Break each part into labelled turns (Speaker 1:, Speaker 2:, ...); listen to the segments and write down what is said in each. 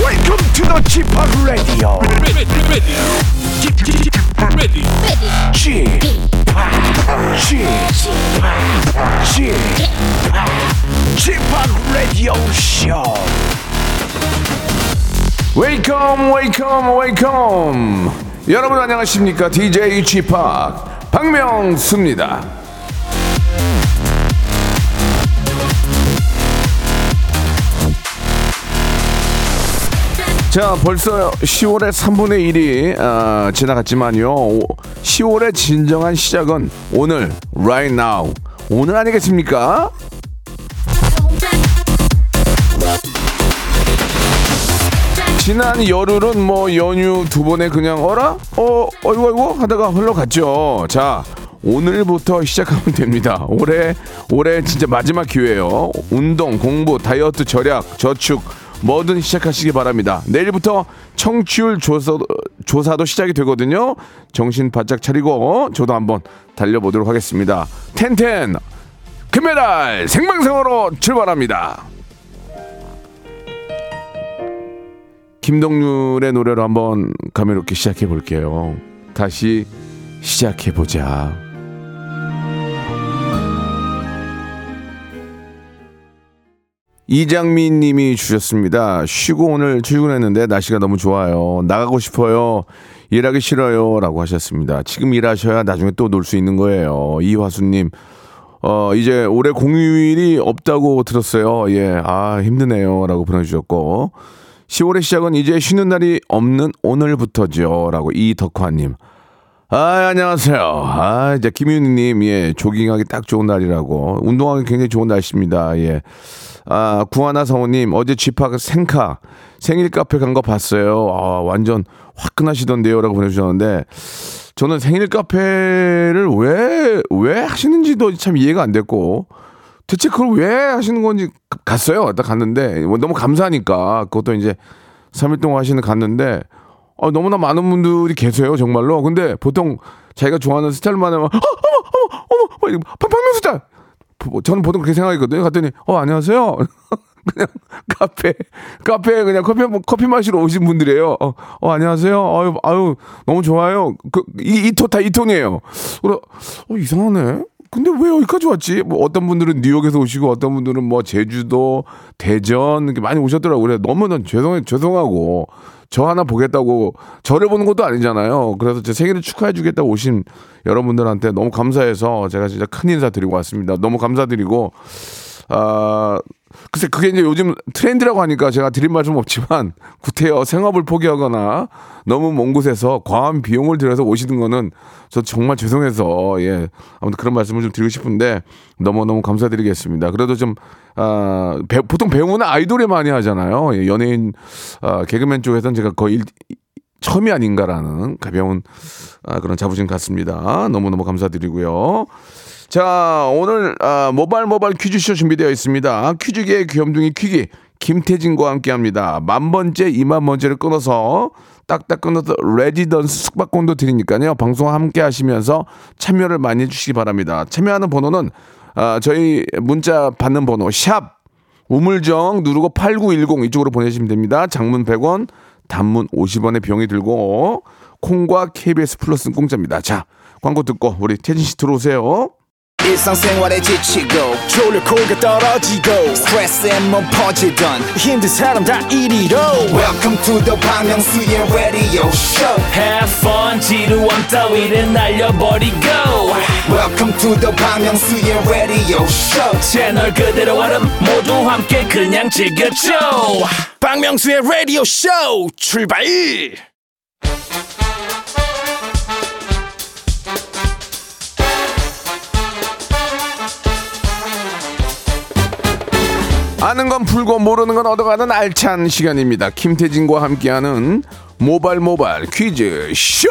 Speaker 1: Welcome to the g p o p Radio.
Speaker 2: ready, ready, Get- get- get ready.
Speaker 1: g p o p g p o p g p o p Radio Show.
Speaker 3: 웨이컴 웨이컴 웨이컴 여러분 안녕하십니까 DJ g p o p 박명수입니다 자, 벌써 10월의 3분의 1이 아, 지나갔지만요. 오- 10월의 진정한 시작은 오늘, right now. 오늘 아니겠습니까? 지난 열흘은 뭐 연휴 두 번에 그냥 어라? 어, 어이구, 어이구 하다가 흘러갔죠. 자, 오늘부터 시작하면 됩니다. 올해, 올해 진짜 마지막 기회예요. 운동, 공부, 다이어트, 절약, 저축, 뭐든 시작하시기 바랍니다. 내일부터 청취율 조사, 조사도 시작이 되거든요. 정신 바짝 차리고 저도 한번 달려보도록 하겠습니다. 텐텐 금메달 생방송으로 출발합니다. 김동률의 노래로 한번 가메롭게 시작해 볼게요. 다시 시작해 보자. 이장민 님이 주셨습니다. 쉬고 오늘 출근했는데 날씨가 너무 좋아요. 나가고 싶어요. 일하기 싫어요. 라고 하셨습니다. 지금 일하셔야 나중에 또 놀 수 있는 거예요. 이화수 님. 어, 이제 올해 공휴일이 없다고 들었어요. 예, 아, 힘드네요. 라고 보내주셨고. 10월의 시작은 이제 쉬는 날이 없는 오늘부터죠. 라고 이덕화님. 아, 안녕하세요. 아, 이제 김윤희님, 예, 조깅하기 딱 좋은 날이라고. 운동하기 굉장히 좋은 날씨입니다. 예. 아, 구하나 성우님, 어제 집합 생카, 생일 카페 간 거 봤어요. 아, 완전 화끈하시던데요. 라고 보내주셨는데, 저는 생일 카페를 왜, 왜 하시는지도 참 이해가 안 됐고, 대체 그걸 왜 하시는 건지 가- 갔어요. 딱 갔는데, 뭐 너무 감사하니까, 그것도 이제 3일 동안 하시는 갔는데, 어, 너무나 많은 분들이 계세요, 정말로. 근데 보통 자기가 좋아하는 스타일만 하면, 어, 어머, 어머, 어머, 막 이러고, 박- 박명수 스타일! 보- 저는 보통 그렇게 생각했거든요. 갔더니, 어, 안녕하세요. 그냥 카페, 카페에 그냥 커피, 한 번- 커피 마시러 오신 분들이에요. 어, 어, 안녕하세요. 아유, 아유, 너무 좋아요. 그, 이, 이 톤, 다 이 톤이에요. 그래, 어, 이상하네. 근데 왜 여기까지 왔지? 뭐 어떤 분들은 뉴욕에서 오시고 어떤 분들은 뭐 제주도, 대전 이렇게 많이 오셨더라고요. 그래 너무 난 죄송해 죄송하고 저 하나 보겠다고 저를 보는 것도 아니잖아요. 그래서 제 생일을 축하해주겠다고 오신 여러분들한테 너무 감사해서 제가 진짜 큰 인사 드리고 왔습니다. 너무 감사드리고 아, 글쎄 그게 이제 요즘 트렌드라고 하니까 제가 드린 말씀 없지만 구태여 생업을 포기하거나 너무 먼 곳에서 과한 비용을 들여서 오시는 거는 저 정말 죄송해서 예 아무튼 그런 말씀을 좀 드리고 싶은데 너무 너무 감사드리겠습니다. 그래도 좀 아, 배- 보통 배우는 아이돌이 많이 하잖아요. 예, 연예인 아, 개그맨 쪽에서는 제가 거의 일- 처음이 아닌가라는 가벼운 아, 그런 자부심 같습니다. 너무너무 감사드리고요. 자, 오늘 아, 모발 모발 퀴즈쇼 준비되어 있습니다. 퀴즈계의 귀염둥이 퀴기 김태진과 함께합니다. 만 번째, 이만 번째를 끊어서 딱딱 끊어서 레지던스 숙박권도 드리니까요. 방송 함께 하시면서 참여를 많이 해주시기 바랍니다. 참여하는 번호는 아, 저희 문자 받는 번호 샵 우물정 누르고 8910 이쪽으로 보내시면 됩니다. 장문 100원, 단문 50원의 비용이 들고 콩과 KBS 플러스는 공짜입니다. 자, 광고 듣고 우리 태진 씨 들어오세요.
Speaker 4: 일상생활에 지치고, 졸려 코가 떨어지고, 스트레스에 몸 퍼지던, 힘든 사람 다 이리로. welcome to the Bang Myung-soo's radio show
Speaker 5: Have fun 지루함 따위를 날려버리고
Speaker 4: welcome to the Bang Myung-soo's radio show
Speaker 5: 채널 그대로 얼음 모두 함께 그냥 즐겨줘
Speaker 2: 박명수의 라디오 쇼 출발!
Speaker 3: 아는 건 풀고 모르는 건 얻어가는 알찬 시간입니다. 김태진과 함께하는 모발 모발 퀴즈 쇼.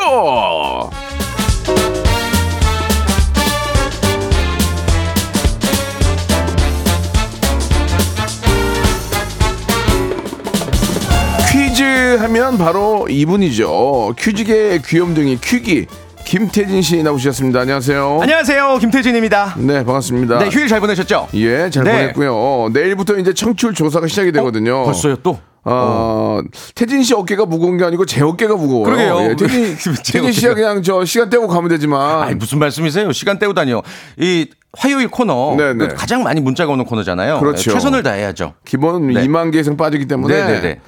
Speaker 3: 퀴즈 하면 바로 이분이죠. 퀴즈계의 귀염둥이 퀴기 김태진 씨 나오셨습니다. 안녕하세요.
Speaker 6: 안녕하세요 김태진입니다.
Speaker 3: 어? 네 반갑습니다.
Speaker 6: 네 휴일 잘 보내셨죠?
Speaker 3: 예, 잘
Speaker 6: 네. 어,
Speaker 3: 보냈고요. 내일부터 이제 청출 조사가 시작이 되거든요.
Speaker 6: 벌써요 또?
Speaker 3: 어, 태진 씨 어깨가 무거운 게 아니고 제 어깨가 무거워요.
Speaker 6: 그러게요.
Speaker 3: 예, 태진,
Speaker 6: 제
Speaker 3: 태진 씨야
Speaker 6: 어깨가-
Speaker 3: 그냥 저 시간 때우고 가면 되지만.
Speaker 6: 아니 무슨 말씀이세요? 시간 때우다니요이 화요일 코너
Speaker 3: 네네.
Speaker 6: 그 가장 많이 문자가 오는 코너잖아요. 네,
Speaker 3: 그렇죠.
Speaker 6: 최선을 다해야죠.
Speaker 3: 기본
Speaker 6: 네.
Speaker 3: 2만 개 이상 빠지기 때문에
Speaker 6: 네네네.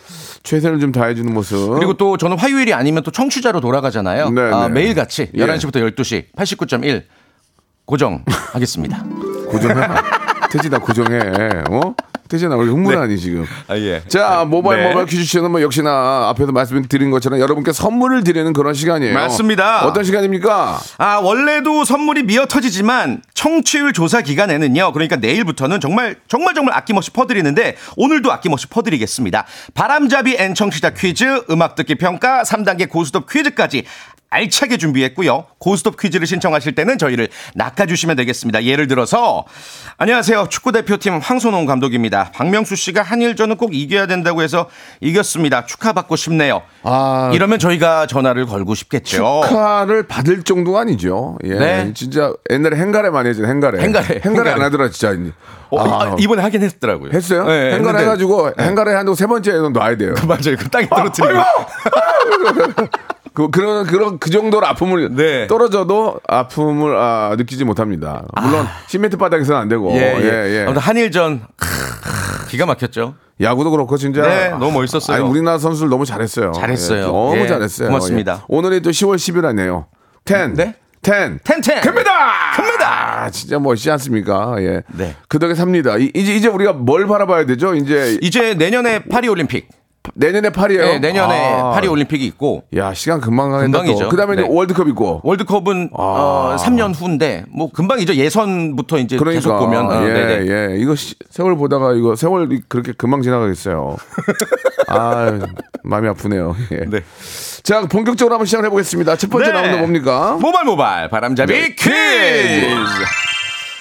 Speaker 3: 최선을 좀 다해주는 모습.
Speaker 6: 그리고 또 저는 화요일이 아니면 또 청취자로 돌아가잖아요.
Speaker 3: 네,
Speaker 6: 아,
Speaker 3: 네.
Speaker 6: 매일 같이
Speaker 3: 예.
Speaker 6: 11시부터 12시 89.1 고정하겠습니다.
Speaker 3: 고정해. 태진아 고정해. 어? 태진아 우리 흥분하니 지금.
Speaker 6: 아, 예.
Speaker 3: 자 모바일
Speaker 6: 네.
Speaker 3: 모바일 퀴즈 시간은 뭐 역시나 앞에서 말씀드린 것처럼 여러분께 선물을 드리는 그런 시간이에요.
Speaker 6: 맞습니다.
Speaker 3: 어떤 시간입니까?
Speaker 6: 아, 원래도 선물이 미어 터지지만 청취율 조사 기간에는요. 그러니까 내일부터는 정말 정말 정말 아낌없이 퍼드리는데 오늘도 아낌없이 퍼드리겠습니다. 바람잡이 앤 청취자 퀴즈, 음악 듣기 평가, 3단계 고스톱 퀴즈까지 알차게 준비했고요. 고스톱 퀴즈를 신청하실 때는 저희를 낚아주시면 되겠습니다. 예를 들어서 안녕하세요. 축구대표팀 황선홍 감독입니다. 박명수 씨가 한일전은 꼭 이겨야 된다고 해서 이겼습니다. 축하받고 싶네요.
Speaker 3: 아.
Speaker 6: 이러면 저희가 전화를 걸고 싶겠죠.
Speaker 3: 축하를 받을 정도가 아니죠. 예.
Speaker 6: 네.
Speaker 3: 진짜 옛날에 행가래 많이 했죠. 행가래.
Speaker 6: 행가래.
Speaker 3: 행가래 안
Speaker 6: 행가래.
Speaker 3: 하더라 진짜.
Speaker 6: 어,
Speaker 3: 아,
Speaker 6: 아, 이번에 하긴 했더라고요.
Speaker 3: 했어요?
Speaker 6: 네,
Speaker 3: 행가래
Speaker 6: 했는데-
Speaker 3: 해가지고 행가래 한다고 세 번째는 놔야 돼요.
Speaker 6: 맞아요. 그 땅에 떨어뜨리고.
Speaker 3: 그 그런 그런 그 정도로 아픔을
Speaker 6: 네.
Speaker 3: 떨어져도 아픔을 아, 느끼지 못합니다. 물론 10m 바닥에서는 안 되고
Speaker 6: 예,
Speaker 3: 예,
Speaker 6: 예.
Speaker 3: 예.
Speaker 6: 아무튼 한일전 크으, 기가 막혔죠.
Speaker 3: 야구도 그렇고 진짜
Speaker 6: 네, 너무 멋있었어요.
Speaker 3: 아니, 우리나라 선수들 너무 잘했어요.
Speaker 6: 잘했어요.
Speaker 3: 예, 너무
Speaker 6: 예,
Speaker 3: 잘했어요.
Speaker 6: 고맙습니다.
Speaker 3: 예. 오늘이 또 10월 10일 아니에요. 10.
Speaker 6: 네?
Speaker 3: 10.
Speaker 6: 텐텐.
Speaker 3: 큽니다!
Speaker 6: 큽니다!
Speaker 3: 아, 진짜 멋있지 않습니까? 예.
Speaker 6: 네.
Speaker 3: 그 덕에 삽니다. 이, 제 이제 우리가 뭘 바라봐야 되죠? 이제
Speaker 6: 이제 내년에 파리 올림픽.
Speaker 3: 내년에 파리예요
Speaker 6: 네, 내년에
Speaker 3: 아.
Speaker 6: 파리 올림픽이 있고
Speaker 3: 야, 시간 금방 가겠다.
Speaker 6: 금방이죠.
Speaker 3: 그 다음에
Speaker 6: 네.
Speaker 3: 월드컵 있고.
Speaker 6: 월드컵은 어, 3년 후인데 뭐 금방이죠. 예선부터 이제
Speaker 3: 아. 그러니까
Speaker 6: 계속 보면 어,
Speaker 3: 예,
Speaker 6: 네네.
Speaker 3: 예. 이거 시- 세월 보다가 이거 세월 그렇게 금방 지나가겠어요. 아, 마음이 아프네요. 예.
Speaker 6: 네.
Speaker 3: 자, 본격적으로 한번 시작해 보겠습니다. 첫 번째
Speaker 6: 네.
Speaker 3: 라운드 뭡니까?
Speaker 6: 모발 모발 바람잡이
Speaker 3: 네.
Speaker 6: 퀴즈.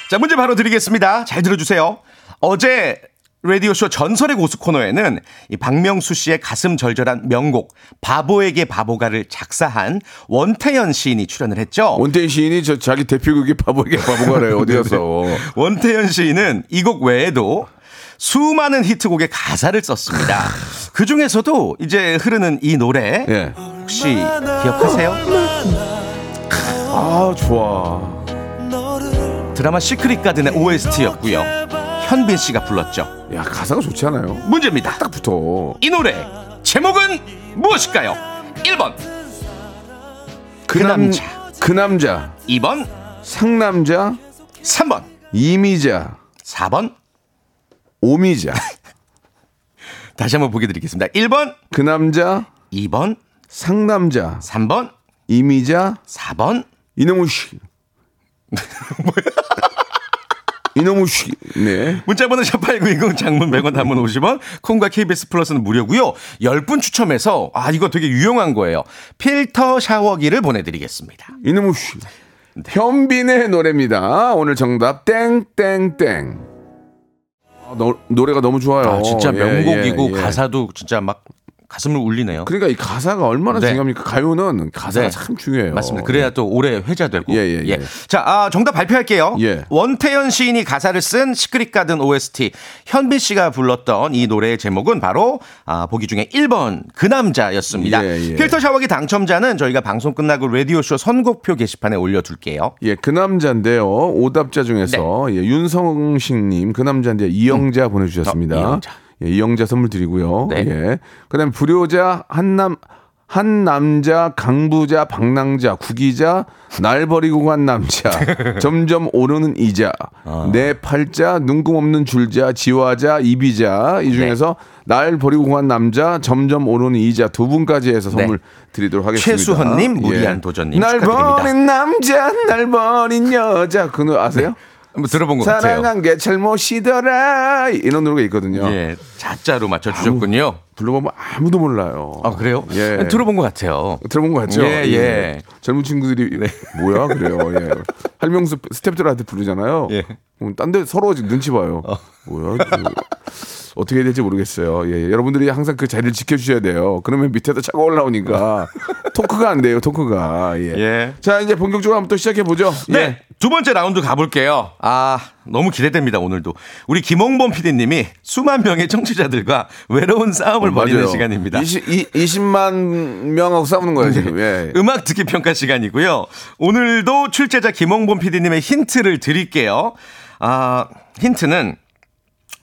Speaker 6: 자 문제 바로 드리겠습니다. 잘 들어주세요. 어제 라디오쇼 전설의 고수 코너에는 이 박명수 씨의 가슴 절절한 명곡 바보에게 바보가를 작사한 원태현 시인이 출연을 했죠.
Speaker 3: 원태인 시인이 저 자기 대표극이 바보에게 바보가래요. 어디 가서.
Speaker 6: 원태현 시인은 이 곡 외에도 수많은 히트곡의 가사를 썼습니다. 그 중에서도 이제 흐르는 이 노래
Speaker 3: 예.
Speaker 6: 혹시 기억하세요?
Speaker 3: 아, 좋아.
Speaker 6: 드라마 시크릿 가든의 OST였고요. 현빈 씨가 불렀죠.
Speaker 3: 야, 가사가 좋지 않아요?
Speaker 6: 문제입니다.
Speaker 3: 딱 붙어.
Speaker 6: 이 노래 제목은 무엇일까요? 1번,
Speaker 3: 그,
Speaker 6: 남자.
Speaker 3: 그 남자.
Speaker 6: 2번,
Speaker 3: 상남자.
Speaker 6: 3번,
Speaker 3: 이미자.
Speaker 6: 4번.
Speaker 3: 오미자.
Speaker 6: 다시 한번 보게 드리겠습니다. 1번,
Speaker 3: 그 남자.
Speaker 6: 2번,
Speaker 3: 상남자.
Speaker 6: 3번,
Speaker 3: 이미자.
Speaker 6: 4번.
Speaker 3: 이놈의 씨. 이놈의 씨. 네.
Speaker 6: 문자 번호 샵8910 장문 100원 단문 50원 콩과 KBS 플러스는 무료고요. 10분 추첨해서 아 이거 되게 유용한 거예요. 필터 샤워기를 보내 드리겠습니다.
Speaker 3: 이놈의 씨.
Speaker 6: 네.
Speaker 3: 현빈의 노래입니다. 오늘 정답 땡땡땡. 아, 너, 노래가 너무 좋아요.
Speaker 6: 아 진짜
Speaker 3: 예,
Speaker 6: 명곡이고
Speaker 3: 예, 예.
Speaker 6: 가사도 진짜 막 가슴을 울리네요.
Speaker 3: 그러니까 이 가사가 얼마나
Speaker 6: 네.
Speaker 3: 중요합니까? 가요는 가사가
Speaker 6: 네.
Speaker 3: 참 중요해요.
Speaker 6: 맞습니다. 그래야 또 오래 회자되고.
Speaker 3: 예, 예, 예.
Speaker 6: 자, 아, 정답 발표할게요.
Speaker 3: 예.
Speaker 6: 원태현 시인이 가사를 쓴 시크릿 가든 OST 현빈 씨가 불렀던 이 노래의 제목은 바로 아, 보기 중에 1번 그 남자였습니다.
Speaker 3: 예, 예.
Speaker 6: 필터 샤워기 당첨자는 저희가 방송 끝나고 라디오 쇼 선곡표 게시판에 올려둘게요.
Speaker 3: 예, 그 남자인데요. 오답자 중에서
Speaker 6: 네.
Speaker 3: 예, 윤성식님 그 남자인데 이영자 보내주셨습니다.
Speaker 6: 어, 이영자.
Speaker 3: 예, 이영자 선물 드리고요.
Speaker 6: 네.
Speaker 3: 예, 그다음 불효자 한남 한 남자 강부자 방랑자 구기자 날 버리고 간 남자 점점 오르는 이자
Speaker 6: 아.
Speaker 3: 내 팔자 눈금없는 줄자 지화자 이비자 이 중에서
Speaker 6: 네.
Speaker 3: 날 버리고 간 남자 점점 오르는 이자 두 분까지 해서
Speaker 6: 네.
Speaker 3: 선물 드리도록 하겠습니다. 예,
Speaker 6: 최수헌님, 무리한 도전님
Speaker 3: 날
Speaker 6: 축하드립니다.
Speaker 3: 버린 남자 날 버린 여자 그 노래 아세요?
Speaker 6: 한번 들어본 것 네, 같아요.
Speaker 3: 사랑한 게 잘못이더라 이런 노래가 있거든요.
Speaker 6: 예, 자자로 맞춰주셨군요.
Speaker 3: 불러보면 아무도 몰라요.
Speaker 6: 아 그래요?
Speaker 3: 예.
Speaker 6: 들어본 것 같아요.
Speaker 3: 들어본 거 같죠?
Speaker 6: 예, 네. 예.
Speaker 3: 젊은 친구들이 뭐야 그래요. 예. 할명수 스태프들한테 부르잖아요.
Speaker 6: 예. 어.
Speaker 3: 딴데 서로 지금 눈치 봐요. 뭐야? 이거. 그 어떻게 해야 될지 모르겠어요. 예, 여러분들이 항상 그 자리를 지켜주셔야 돼요. 그러면 밑에서 차가 올라오니까 토크가 안 돼요, 토크가. 예.
Speaker 6: 예.
Speaker 3: 자, 이제 본격적으로 한번 또 시작해보죠.
Speaker 6: 네.
Speaker 3: 예.
Speaker 6: 두 번째 라운드 가볼게요. 아, 너무 기대됩니다, 오늘도. 우리 김홍범 PD님이 수만 명의 청취자들과 외로운 싸움을 벌이는
Speaker 3: 어, 맞아요.
Speaker 6: 시간입니다. 네.
Speaker 3: 20, 이, 20만 명하고 싸우는 거예요, 지금. 예.
Speaker 6: 음악 듣기 평가 시간이고요. 오늘도 출제자 김홍범 PD님의 힌트를 드릴게요. 아, 힌트는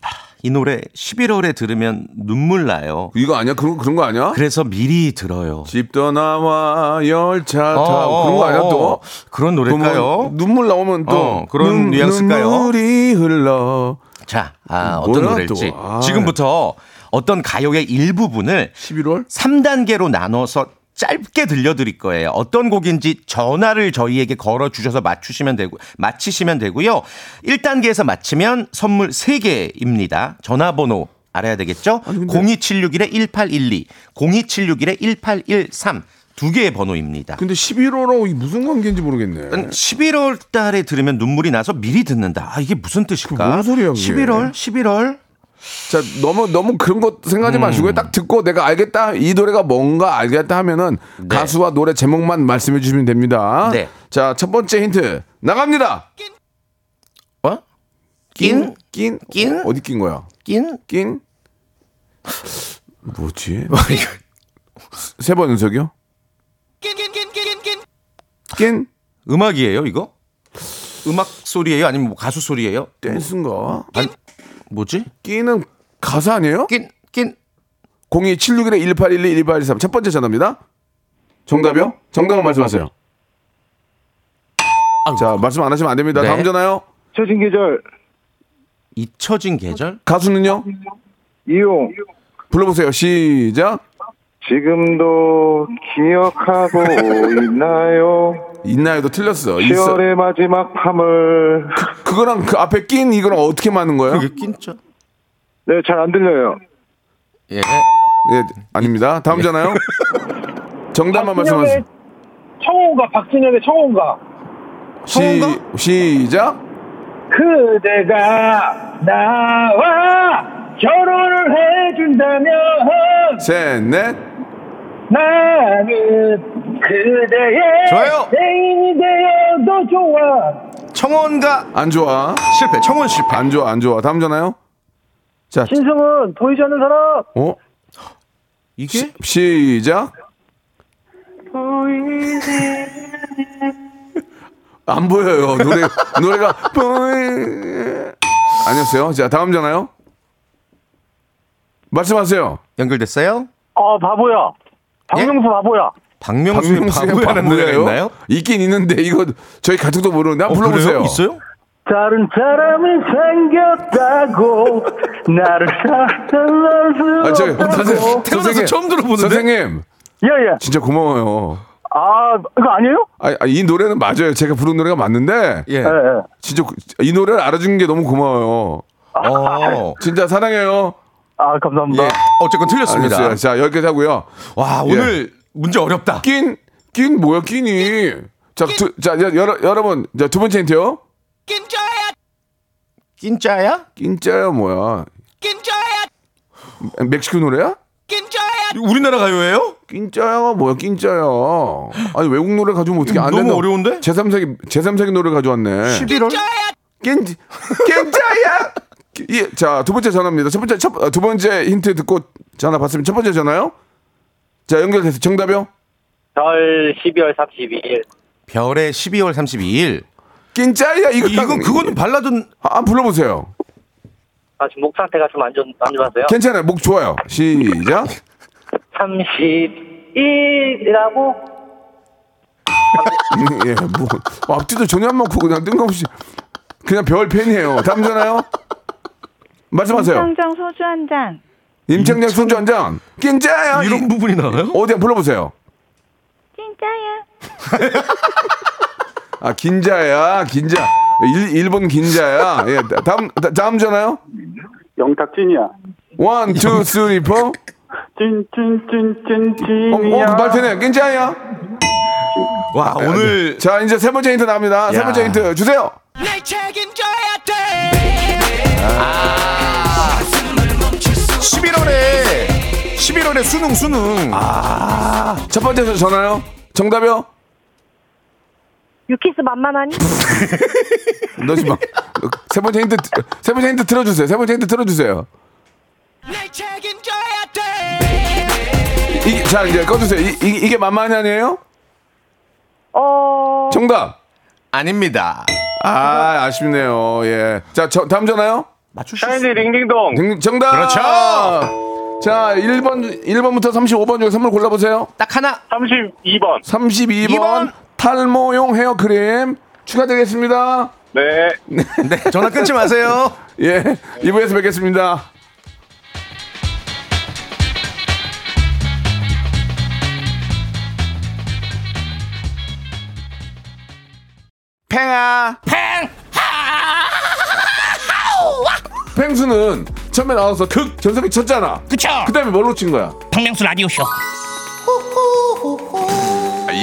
Speaker 6: 아, 이 노래 11월에 들으면 눈물 나요.
Speaker 3: 이거 아니야? 그런, 그런 거 아니야?
Speaker 6: 그래서 미리 들어요.
Speaker 3: 집 떠나와 열차
Speaker 6: 어,
Speaker 3: 타
Speaker 6: 어,
Speaker 3: 그런 거 아니야
Speaker 6: 어,
Speaker 3: 또?
Speaker 6: 어. 그런 노래일까요?
Speaker 3: 그러면 뭐 눈물 나오면 또
Speaker 6: 어, 그런 뉘앙스일까요?
Speaker 3: 눈물이 흘러
Speaker 6: 자,
Speaker 3: 뭐야,
Speaker 6: 아, 어떤 노래일지
Speaker 3: 또. 아.
Speaker 6: 지금부터 어떤 가요의 일부분을
Speaker 3: 11월
Speaker 6: 3단계로 나눠서 짧게 들려드릴 거예요. 어떤 곡인지 전화를 저희에게 걸어 주셔서 맞추시면 되고 맞히시면 되고요. 1단계에서 맞히면 선물 3개입니다. 전화번호 알아야 되겠죠?
Speaker 3: 아니, 근데-
Speaker 6: 02761에 1812, 02761에 1813. 두 개의 번호입니다.
Speaker 3: 근데 11월하고 무슨 관계인지 모르겠네.
Speaker 6: 11월 달에 들으면 눈물이 나서 미리 듣는다. 아, 이게 무슨 뜻일까?
Speaker 3: 뭔 소리야, 그게?
Speaker 6: 11월? 11월?
Speaker 3: 자 너무 너무 그런 거 생각하지
Speaker 6: 음.
Speaker 3: 마시고요. 딱 듣고 내가 알겠다 이 노래가 뭔가 알겠다 하면은 가수와 노래 제목만 말씀해 주시면 됩니다.
Speaker 6: 네.
Speaker 3: 자 첫 번째 힌트 나갑니다.
Speaker 6: 어? 낀?
Speaker 3: 낀?
Speaker 6: 낀?
Speaker 3: 어디 낀 거야?
Speaker 6: 낀?
Speaker 3: 낀? 뭐지? 세 번 연속이요? 낀?
Speaker 6: 음악이에요, 이거? 음악 소리예요? 아니면 뭐 가수 소리예요?
Speaker 3: 댄스인가?
Speaker 6: 뭐지?
Speaker 3: 끼는 가사 아니에요?
Speaker 6: 낀, 낀.
Speaker 3: 02761에 1812 1813. 첫 번째 전화입니다. 정답이요? 정답은 말씀하세요. 자, 말씀 안 하시면 안 됩니다.
Speaker 6: 네.
Speaker 3: 다음 전화요.
Speaker 7: 처진 계절
Speaker 6: 잊혀진 계절?
Speaker 3: 가수는요?
Speaker 7: 이용
Speaker 3: 불러보세요. 시작.
Speaker 7: 지금도 기억하고 있나요?
Speaker 3: 있나요도 틀렸어. 있어.
Speaker 7: 10월의 마지막 밤을
Speaker 3: 그거랑 그 앞에 낀 이거랑 어떻게 맞는 거예요?
Speaker 6: 그게 낀죠?
Speaker 7: 네 잘 안 들려요.
Speaker 6: 예.
Speaker 3: 예, 아닙니다.
Speaker 6: 네.
Speaker 3: 다음 전화요. 정답만 말씀하세요.
Speaker 8: 그 청혼가 박진영의 청혼가
Speaker 3: 시, 시작.
Speaker 8: 그대가 나와 결혼을 해준다면
Speaker 3: 셋, 넷.
Speaker 8: 나는 그대의
Speaker 6: 좋아요.
Speaker 8: 애인이 되어도 좋아
Speaker 6: 청원가
Speaker 3: 안 좋아.
Speaker 6: 실패. 청원 실패.
Speaker 3: 안 좋아. 안 좋아. 다음 전화요. 자,
Speaker 8: 신승은 보이지 않는 사람
Speaker 3: 어?
Speaker 6: 이게?
Speaker 3: 시, 시작. 안 보여요. 노래 노래가 보이. 안녕하세요. 자 다음 전화요. 말씀하세요.
Speaker 6: 연결됐어요?
Speaker 8: 어 바보야 박명수
Speaker 3: 예?
Speaker 8: 바보야
Speaker 6: 박명수의 바보라는 노래가 있나요?
Speaker 3: 있긴 있는데 이거 저희 가족도 모르는데 한번 불러보세요.
Speaker 6: 그래요? 있어요?
Speaker 8: 다른 사람이 생겼다고 나를 사랑할 수
Speaker 3: 아, 저기
Speaker 8: 없다고
Speaker 3: 선생님, 선생님,
Speaker 6: 어, 처음 들어보는데?
Speaker 3: 선생님
Speaker 8: 예예
Speaker 3: 진짜 고마워요.
Speaker 8: 아 이거 아니에요?
Speaker 3: 아, 아, 이 노래는 맞아요. 제가 부른 노래가 맞는데
Speaker 6: 예.
Speaker 8: 예예
Speaker 3: 진짜 고- 이 노래를 알아준 게 너무 고마워요.
Speaker 6: 어.
Speaker 3: 진짜 사랑해요.
Speaker 8: 아 감사합니다
Speaker 6: 예. 어쨌건 틀렸습니다.
Speaker 3: 알겠어요. 자 여기까지 하고요.
Speaker 6: 와, 오늘 문제 어렵다.
Speaker 3: 낀, 낀 뭐야 끼니? 자, 두, 자 여, 여러, 여러분 자, 두 번째 힌트요.
Speaker 6: 낀짜야?
Speaker 3: 낀짜야 뭐야? 낀짜야. 멕시코 노래야?
Speaker 6: 우리나라 가요예요?
Speaker 3: 낀짜야가 뭐야? 낀짜야. 아니 외국 노래 가져오면 어떻게 안
Speaker 6: 너무
Speaker 3: 된다?
Speaker 6: 어려운데?
Speaker 3: 제3세기 제3세기 노래 가져왔네.
Speaker 6: 11월?
Speaker 3: 낀 낀짜야. 예, 자두 번째 전화입니다. 첫 번째 첫, 아, 두 번째 힌트 듣고 전화 받습니다. 첫 번째 전화요. 자 연결됐어요. 정답이요.
Speaker 8: 절 12월 32일
Speaker 6: 별의 12월 32일.
Speaker 3: 낀짜야 이거
Speaker 6: 이거 그거는 발라든
Speaker 3: 아, 불러보세요.
Speaker 8: 아 지금 목 상태가 좀 안 좋, 안 좋아서요
Speaker 3: 괜찮아요. 목 좋아요. 시작.
Speaker 8: 31이라고
Speaker 3: 예, 뭐 어, 앞뒤도 전혀 안 맞고 그냥 뜬금없이 그냥 별 팬이에요. 다음 전화요. 말씀하세요.
Speaker 9: 장 소주 한 잔.
Speaker 3: 임창정 손주 한 잔. 낀짜요.
Speaker 6: 아, 이런 부분이 나와요?
Speaker 3: 어디 한번 불러보세요.
Speaker 9: 진짜야.
Speaker 3: 아 긴자야, 긴자. 일, 일본 긴자야. 예, 다음 다, 다음 전화요.
Speaker 7: 영탁진이야.
Speaker 3: 원, 투, 쓰리, 포. 어,
Speaker 7: 찐찐찐찐찐이야.
Speaker 3: 어, 발표네. 낀짜야.
Speaker 6: 와, 오늘
Speaker 3: 자, 이제 세 번째 힌트 나옵니다. 세
Speaker 6: 야.
Speaker 3: 번째 힌트 주세요.
Speaker 5: 날 책임져야 돼. 아. 숨을 멈춰
Speaker 10: 11월에 11월에 수능 수능.
Speaker 6: 아,
Speaker 3: 첫 번째 전화요. 정답이요.
Speaker 9: 유키스 만만하니?
Speaker 3: 너 지금 막- 세 번째 힌트 세 번째 힌트 틀어주세요. 세 번째 힌트 틀어주세요. 이, 자 이제 꺼주세요. 이, 이, 이게 만만이 아니에요?
Speaker 9: 어,
Speaker 3: 정답.
Speaker 10: 아닙니다.
Speaker 3: 아 아쉽네요. 예. 자 저, 다음 전화요.
Speaker 8: 샤이니 링딩동
Speaker 3: 정- 정답.
Speaker 10: 그렇죠.
Speaker 3: 자 1번 1번부터 35번 중에 선물 골라보세요.
Speaker 6: 딱 하나
Speaker 7: 32번.
Speaker 3: 32번
Speaker 10: 이번.
Speaker 3: 탈모용 헤어크림 추가되겠습니다.
Speaker 7: 네.
Speaker 10: 네, 전화 끊지 마세요.
Speaker 3: 예, 2부에서 뵙겠습니다.
Speaker 10: 팽아.
Speaker 3: 펭수는 처음에 나와서 극 전성기 쳤잖아.
Speaker 5: 그쵸
Speaker 3: 그 다음에 뭘로 친 거야?
Speaker 5: 박명수 라디오쇼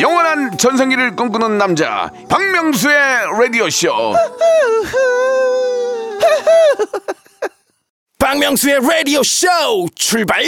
Speaker 3: 영원한 전성기를 꿈꾸는 남자 박명수의 라디오 쇼.
Speaker 2: 박명수의 라디오 쇼 출발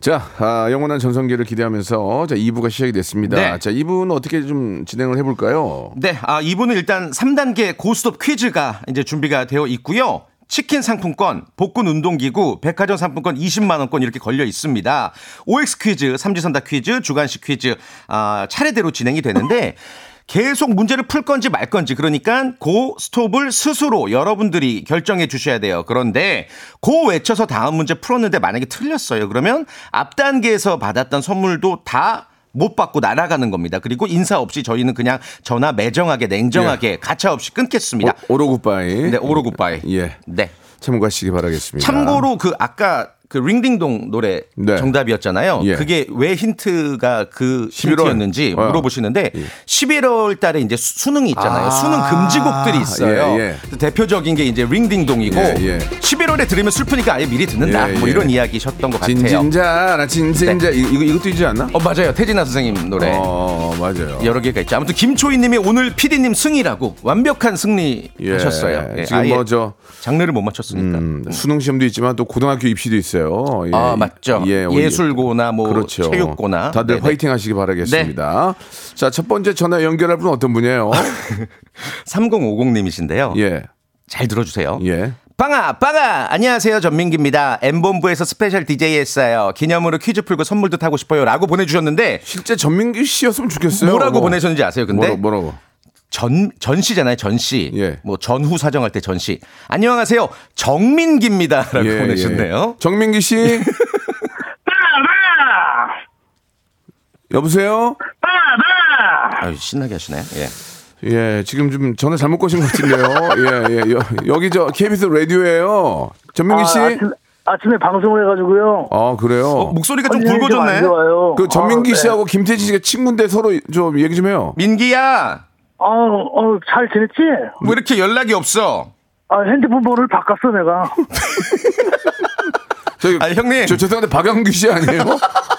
Speaker 3: 자, 아, 영원한 전성기를 기대하면서 자 2부가 시작이 됐습니다.
Speaker 6: 네.
Speaker 3: 자, 2부는 어떻게 좀 진행을 해볼까요?
Speaker 6: 네, 아, 이분은 일단 3단계 고스톱 퀴즈가 이제 준비가 되어 있고요. 치킨 상품권, 복근 운동기구, 백화점 상품권 20만원권 이렇게 걸려 있습니다. OX 퀴즈, 삼지선다 퀴즈, 주간식 퀴즈, 아, 차례대로 진행이 되는데, 계속 문제를 풀 건지 말 건지, 그러니까 고, 스톱을 스스로 여러분들이 결정해 주셔야 돼요. 그런데, 고 외쳐서 다음 문제 풀었는데 만약에 틀렸어요. 그러면 앞단계에서 받았던 선물도 다 못 받고 날아가는 겁니다. 그리고 인사 없이 저희는 그냥 전화 매정하게 냉정하게 가차 없이 끊겠습니다.
Speaker 3: 오, 오로 굿바이.
Speaker 6: 네, 오로 굿바이.
Speaker 3: 어, 예,
Speaker 6: 네.
Speaker 3: 참고하시기 바라겠습니다.
Speaker 6: 참고로 그 아까 그 링딩동 노래
Speaker 3: 네.
Speaker 6: 정답이었잖아요.
Speaker 3: 예.
Speaker 6: 그게 왜 힌트가 그
Speaker 3: 11월.
Speaker 6: 힌트였는지
Speaker 3: 어.
Speaker 6: 물어보시는데 11월 달에 이제 수- 수능이 있잖아요.
Speaker 3: 아.
Speaker 6: 수능 금지곡들이 있어요.
Speaker 3: 예,
Speaker 6: 대표적인 게 이제 링딩동이고
Speaker 3: 예, 예.
Speaker 6: 11월에 들으면 슬프니까 아예 미리 듣는다.
Speaker 3: 예,
Speaker 6: 뭐
Speaker 3: 예.
Speaker 6: 이런 이야기셨던 것 같아요. 네.
Speaker 3: 진진자, 나 진진자 이- 이거 이것도 있지 않나?
Speaker 6: 어 맞아요. 태진아 선생님 노래.
Speaker 3: 어, 맞아요.
Speaker 6: 네. 여러 개가 있죠. 아무튼 김초희님이 오늘 PD님 승이라고 완벽한
Speaker 3: 예,
Speaker 6: 승리하셨어요. 예,
Speaker 3: 지금
Speaker 6: 아예
Speaker 3: 뭐죠?
Speaker 6: 장르를 못 맞췄으니까.
Speaker 3: 음, 수능 시험도 있지만 또 고등학교 입시도 있어요. 예.
Speaker 6: 아 맞죠.
Speaker 3: 예,
Speaker 6: 예,
Speaker 3: 우리-
Speaker 6: 술고나뭐
Speaker 3: 그렇죠.
Speaker 6: 체육고나
Speaker 3: 다들
Speaker 6: 네네.
Speaker 3: 화이팅 하시기 바라겠습니다. 자, 첫 번째 전화 연결할 분 어떤 분이에요?
Speaker 6: 3050님이신데요.
Speaker 3: 예.
Speaker 6: 잘 들어주세요.
Speaker 3: 예.
Speaker 6: 빵아, 빵아, 안녕하세요. 전민기입니다. M본부에서 스페셜 DJ 했어요. 기념으로 퀴즈 풀고 선물도 타고 싶어요. 라고 보내주셨는데,
Speaker 3: 실제 전민규 씨였으면 좋겠어요.
Speaker 6: 뭐라고
Speaker 3: 뭐.
Speaker 6: 보내셨는지 아세요? 근데
Speaker 3: 뭐라, 뭐라고?
Speaker 6: 전, 전시잖아요. 전시.
Speaker 3: 예.
Speaker 6: 뭐 전후 사정할 때 전시. 안녕하세요. 정민기입니다. 라고
Speaker 3: 예,
Speaker 6: 보내셨네요.
Speaker 3: 예. 정민기 씨. 여보세요?
Speaker 6: 아유, 신나게 하시네. 예.
Speaker 3: 예, 지금 좀 전화 잘못 거신 것 같은데요. 예, 예. 여, 여기 저 KBS 라디오예요. 전민기 씨?
Speaker 8: 아침에 방송을 해가지고요
Speaker 3: 아, 그래요?
Speaker 6: 어, 목소리가 좀
Speaker 8: 아, 예, 컨디션이 좀안
Speaker 6: 굵어졌네.
Speaker 8: 좋아요.
Speaker 3: 그 전민기
Speaker 8: 아, 네.
Speaker 3: 씨하고 김태진 씨가 친구인데 서로 좀 얘기 좀 해요.
Speaker 6: 민기야,
Speaker 8: 어, 어, 잘 지냈지?
Speaker 6: 왜 이렇게 연락이 없어?
Speaker 8: 아, 핸드폰 번호를 바꿨어, 내가.
Speaker 3: 저기,
Speaker 6: 아, 형님.
Speaker 3: 저 죄송한데 박영규 씨 아니에요? 예.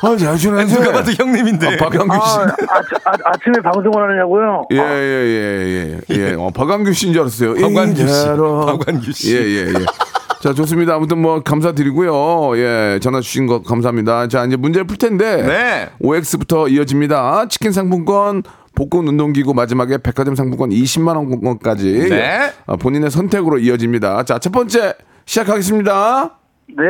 Speaker 3: 아, 잘 지내세요.
Speaker 6: 누가 봐도 형님인데.
Speaker 3: 아, 박영규 씨.
Speaker 8: 아, 아, 아, 아침에 방송을 하느냐고요?
Speaker 3: 예, 예, 예, 예. 예. 어, 박광규 씨인 줄 알았어요.
Speaker 6: 박광규 씨.
Speaker 3: 인자로.
Speaker 6: 박광규 씨.
Speaker 3: 예, 예, 예. 자, 좋습니다. 아무튼 뭐 감사드리고요. 예, 전화 주신 거 감사합니다. 자, 이제 문제 풀 텐데.
Speaker 6: 네.
Speaker 3: OX부터 이어집니다. 치킨 상품권, 복근 운동기구 마지막에 백화점 상품권 20만 원권까지
Speaker 6: 네.
Speaker 3: 아, 본인의 선택으로 이어집니다. 자, 첫 번째 시작하겠습니다.
Speaker 8: 네.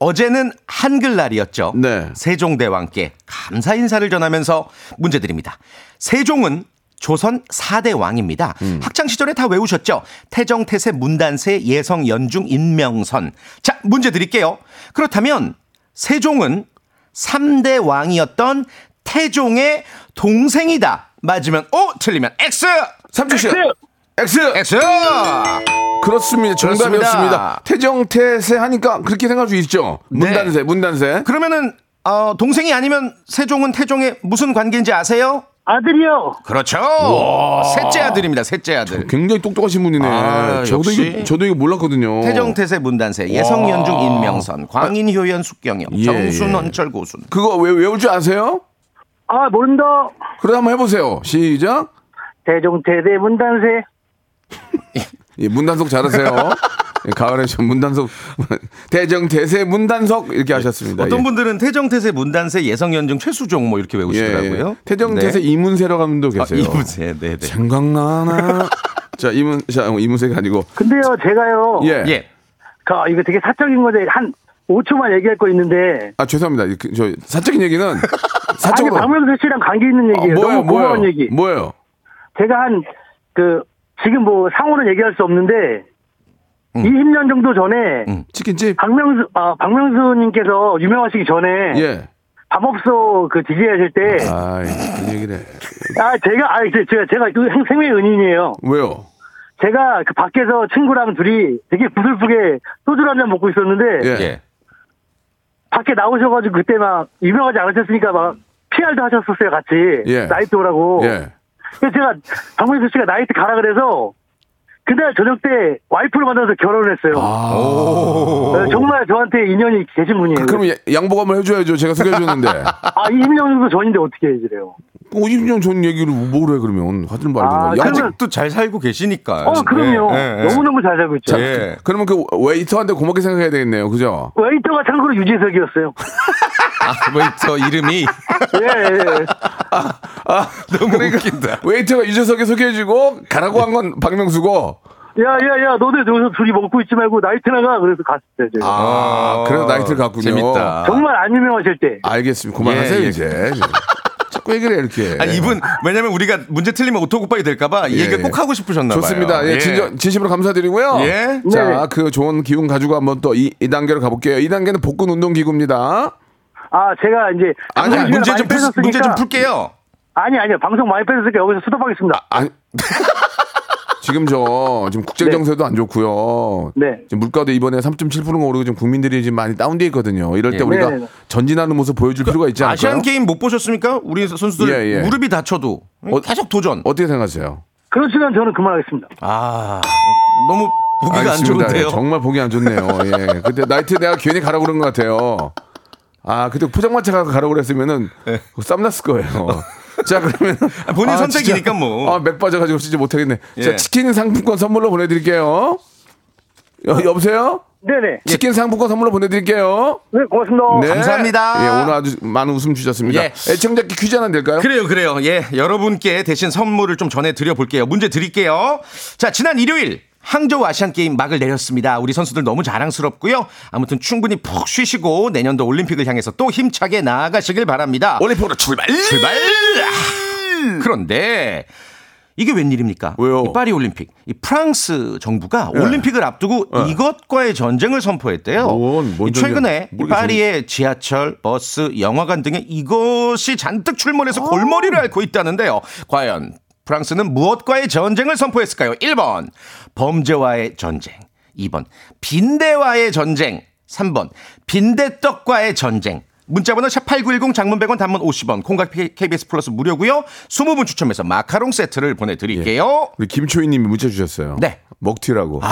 Speaker 6: 어제는 한글날이었죠.
Speaker 3: 네.
Speaker 6: 세종대왕께 감사 인사를 전하면서 문제 드립니다. 세종은 조선 4대 왕입니다. 학창 시절에 다 외우셨죠? 태정, 태세, 문단세, 예성, 연중, 인명선. 자, 문제 드릴게요. 그렇다면 세종은 3대 왕이었던 태종의 동생이다. 맞으면 O, 틀리면 X.
Speaker 3: 삼촌 씨.
Speaker 6: X. X.
Speaker 3: 그렇습니다. 정답이었습니다. 네.
Speaker 6: 그렇습니다.
Speaker 3: 태정태세 하니까 그렇게 생각할 수 있죠. 문단세, 문단세.
Speaker 6: 그러면은 어, 동생이 아니면 세종은 태종의 무슨 관계인지 아세요?
Speaker 8: 아들이요.
Speaker 6: 그렇죠. 셋째 아들입니다. 셋째 아들.
Speaker 3: 굉장히 똑똑하신 분이네.
Speaker 6: 아,
Speaker 3: 저도
Speaker 6: 역시.
Speaker 3: 이거 저도 이거 몰랐거든요.
Speaker 6: 태정태세 문단세 예성연중 인명선 광인효연 숙경영
Speaker 3: 예, 예.
Speaker 6: 정순원철 고순
Speaker 3: 그거 왜 외울 줄 아세요?
Speaker 8: 아, 모른다.
Speaker 3: 그래 한번 해보세요. 시작.
Speaker 8: 대종태대 문단세.
Speaker 3: 예, 문단속 잘하세요. 가을에 저 문단속 대정 대세 문단속 이렇게 하셨습니다.
Speaker 6: 어떤
Speaker 3: 예.
Speaker 6: 분들은 태정태세 문단세 예성연중 최수종 뭐 이렇게 외우시더라고요. 네.
Speaker 3: 예, 예. 태정 태세 이문세로 감독 계세요.
Speaker 6: 아, 이문세, 네, 네.
Speaker 3: 생각나나? 자 이문 자 어, 이문세가 아니고
Speaker 8: 근데요, 제가요.
Speaker 3: 예.
Speaker 6: 예.
Speaker 8: 저 이거 되게 사적인 건데 한 5초만 얘기할 거 있는데.
Speaker 3: 아 죄송합니다. 그, 저 사적인 얘기는 사적으로 아,
Speaker 8: 아니 박명수 씨랑 관계 있는 얘기예요.
Speaker 3: 뭐예요
Speaker 8: 너무 고마운
Speaker 3: 뭐예요
Speaker 8: 얘기.
Speaker 3: 뭐예요?
Speaker 8: 제가 한 그 지금 뭐 상호는 얘기할 수 없는데
Speaker 3: 음.
Speaker 8: 20년 정도 전에
Speaker 3: 치킨집
Speaker 8: 박명수 아 박명수님께서 유명하시기 전에
Speaker 3: 예.
Speaker 8: 밤업소 그 DJ 하실 때 아
Speaker 3: 아이 무슨 얘기를 해.
Speaker 8: 제가 아 이제 제가 제가 그 생- 생명의 은인이에요.
Speaker 3: 왜요?
Speaker 8: 제가 그 밖에서 친구랑 둘이 되게 부슬프게 소주 한잔 먹고 있었는데
Speaker 3: 예.
Speaker 6: 예.
Speaker 8: 밖에 나오셔가지고 그때 막 유명하지 않으셨으니까 막 PR도 하셨었어요 같이
Speaker 3: 예.
Speaker 8: 나이트 오라고.
Speaker 3: 예.
Speaker 8: 그래서 제가 박명수 씨가 나이트 가라 그래서 그날 저녁 때 와이프를 만나서 결혼을 했어요.
Speaker 6: 아.
Speaker 8: 네, 정말 저한테 인연이 계신 분이에요.
Speaker 3: 그럼 야- 양보 한번 해줘야죠. 제가 소개해줬는데.
Speaker 8: 아 20년 정도 전인데 어떻게 해지래요?
Speaker 3: 50년 뭐 전 얘기를 뭐로 해 그러면 하지 말고.
Speaker 8: 아,
Speaker 3: 야,
Speaker 8: 그러면-
Speaker 6: 또 잘 살고 계시니까.
Speaker 8: 어 그럼요. 너무너무 잘 살고 있죠.
Speaker 6: 네. 예.
Speaker 3: 그러면 그 웨이터한테 고맙게 생각해야 되겠네요. 그죠?
Speaker 8: 웨이터가 참고로 유재석이었어요.
Speaker 6: 아, 웨이터 이름이
Speaker 8: 예, 예.
Speaker 6: 너무
Speaker 3: 그러니까
Speaker 6: 웃긴다.
Speaker 3: 웨이터가 유재석이 소개해주고 가라고 한 건 박명수고.
Speaker 8: 야, 야, 야, 너네 여기서 둘이 먹고 있지 말고 나이트 나가. 그래서 갔어요, 제가.
Speaker 3: 아, 그래서 나이트를 갔군요.
Speaker 6: 재밌다.
Speaker 8: 정말 안 유명하실 때.
Speaker 3: 알겠습니다. 그만하세요
Speaker 6: 예, 예.
Speaker 3: 이제. 자꾸 얘기를 해 이렇게.
Speaker 6: 아, 이분 왜냐면 우리가 문제 틀리면 오토굿바이 될까봐 이
Speaker 3: 예,
Speaker 6: 얘기
Speaker 3: 예.
Speaker 6: 꼭 하고 싶으셨나 봐요.
Speaker 3: 좋습니다. 예, 진정, 진심으로 감사드리고요.
Speaker 6: 예.
Speaker 3: 자, 그 좋은 기운 가지고 한번 또 이 이단계로 가볼게요. 이단계는 복근 운동 기구입니다.
Speaker 8: 아, 제가 이제.
Speaker 6: 아니,
Speaker 8: 방송
Speaker 6: 문제 좀
Speaker 8: 시간을 많이
Speaker 6: 풀, 문제 좀
Speaker 8: 뺏었으니까-
Speaker 6: 풀게요.
Speaker 8: 아니, 아니요. 방송 많이 뺏었으니까 여기서 수답하겠습니다.
Speaker 3: 아니. 지금 저 지금 국제 정세도 안 좋고요.
Speaker 8: 네.
Speaker 3: 지금 물가도 이번에 3.7%가 오르고 지금 국민들이 지금 많이 다운돼 있거든요. 이럴 때
Speaker 6: 예.
Speaker 3: 우리가
Speaker 8: 네, 네, 네.
Speaker 3: 전진하는 모습 보여줄 필요가 있지 않을까요?
Speaker 6: 그 아시안 게임 못 보셨습니까? 우리 선수들
Speaker 3: 예, 예.
Speaker 6: 무릎이 다쳐도 계속 도전.
Speaker 3: 어떻게 생각하세요?
Speaker 8: 그렇지만 저는 그만하겠습니다.
Speaker 6: 아 너무 보기가 안
Speaker 3: 알겠습니다.
Speaker 6: 좋은데요.
Speaker 3: 예, 정말 보기 안 좋네요. 예. 그때 나이트 내가 괜히 가라고 그런 것 같아요. 아, 그때 포장마차 가서 가라고 그랬으면은 쌈났을 거예요. 자, 그러면
Speaker 6: 네. 아, 본인 선택이니까 뭐.
Speaker 3: 아, 맥 빠져가지고 진짜 못하겠네.
Speaker 6: 예.
Speaker 3: 자, 치킨 상품권 선물로 보내드릴게요. 여, 여보세요?
Speaker 8: 네네.
Speaker 3: 치킨 상품권 선물로 보내드릴게요.
Speaker 8: 네, 고맙습니다.
Speaker 6: 예. 어, 감사합니다.
Speaker 3: 예, 오늘 아주 많은 웃음 주셨습니다.
Speaker 6: 예.
Speaker 3: 애청자께 퀴즈 하나 될까요?
Speaker 6: 그래요, 그래요. 예, 여러분께 대신 선물을 좀 전해 드려 볼게요. 문제 드릴게요. 자, 지난 일요일 항저우 아시안 게임 막을 내렸습니다. 우리 선수들 너무 자랑스럽고요. 아무튼 충분히 푹 쉬시고 내년도 올림픽을 향해서 또 힘차게 나아가시길 바랍니다.
Speaker 2: 올림픽으로 출발!
Speaker 6: 출발! 아, 그런데 이게 웬일입니까?
Speaker 3: 음. 왜요? 예.
Speaker 6: 이 파리 올림픽. 이 프랑스 정부가 올림픽을 앞두고 이것과의 전쟁을 선포했대요.
Speaker 3: 뭔, 뭔
Speaker 6: 어, 이 최근에
Speaker 3: 전쟁이야?
Speaker 6: 이 파리의 지하철, 버스, 영화관 등에 이것이 잔뜩
Speaker 3: 아.
Speaker 6: 출몰해서 골머리를 앓고 있다는데요. 과연 프랑스는 무엇과의 전쟁을 선포했을까요? 1번 범죄와의 전쟁, 2번 빈대와의 전쟁, 3번 빈대떡과의 전쟁. 문자번호 샵8910 장문 100원 단문 50원 콩각 KBS 플러스 무료고요. 20분 추첨해서 마카롱 세트를 보내드릴게요.
Speaker 3: 우리 김초희님이 문자 주셨어요.
Speaker 6: 네.
Speaker 3: 먹튀라고.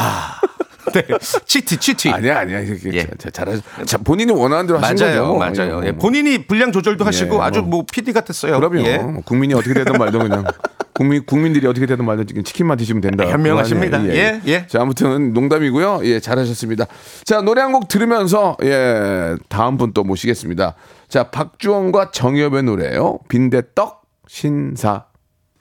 Speaker 6: 네. 치티 치티.
Speaker 3: 예. 아니야, 아니야. 이렇게
Speaker 6: 예.
Speaker 3: 자, 잘하. 자, 본인이 원하는 대로 하신
Speaker 6: 맞아요,
Speaker 3: 거죠.
Speaker 6: 맞아요.
Speaker 3: 예,
Speaker 6: 예,
Speaker 3: 뭐.
Speaker 6: 본인이 분량 조절도 하시고
Speaker 3: 뭐.
Speaker 6: 아주 뭐 PD 같았어요.
Speaker 3: 그럼요.
Speaker 6: 예.
Speaker 3: 국민이 어떻게 되든 말든 그냥 국민 국민들이 어떻게 되든 말든 지금 치킨만 드시면 된다.
Speaker 6: 현명하십니다.
Speaker 3: 그만이에요.
Speaker 6: 예, 예.
Speaker 3: 자 아무튼 농담이고요. 예, 잘하셨습니다. 자 노래 한 곡 들으면서 예 다음 분 또 모시겠습니다. 자 박주원과 정엽의 노래요. 빈대떡 신사.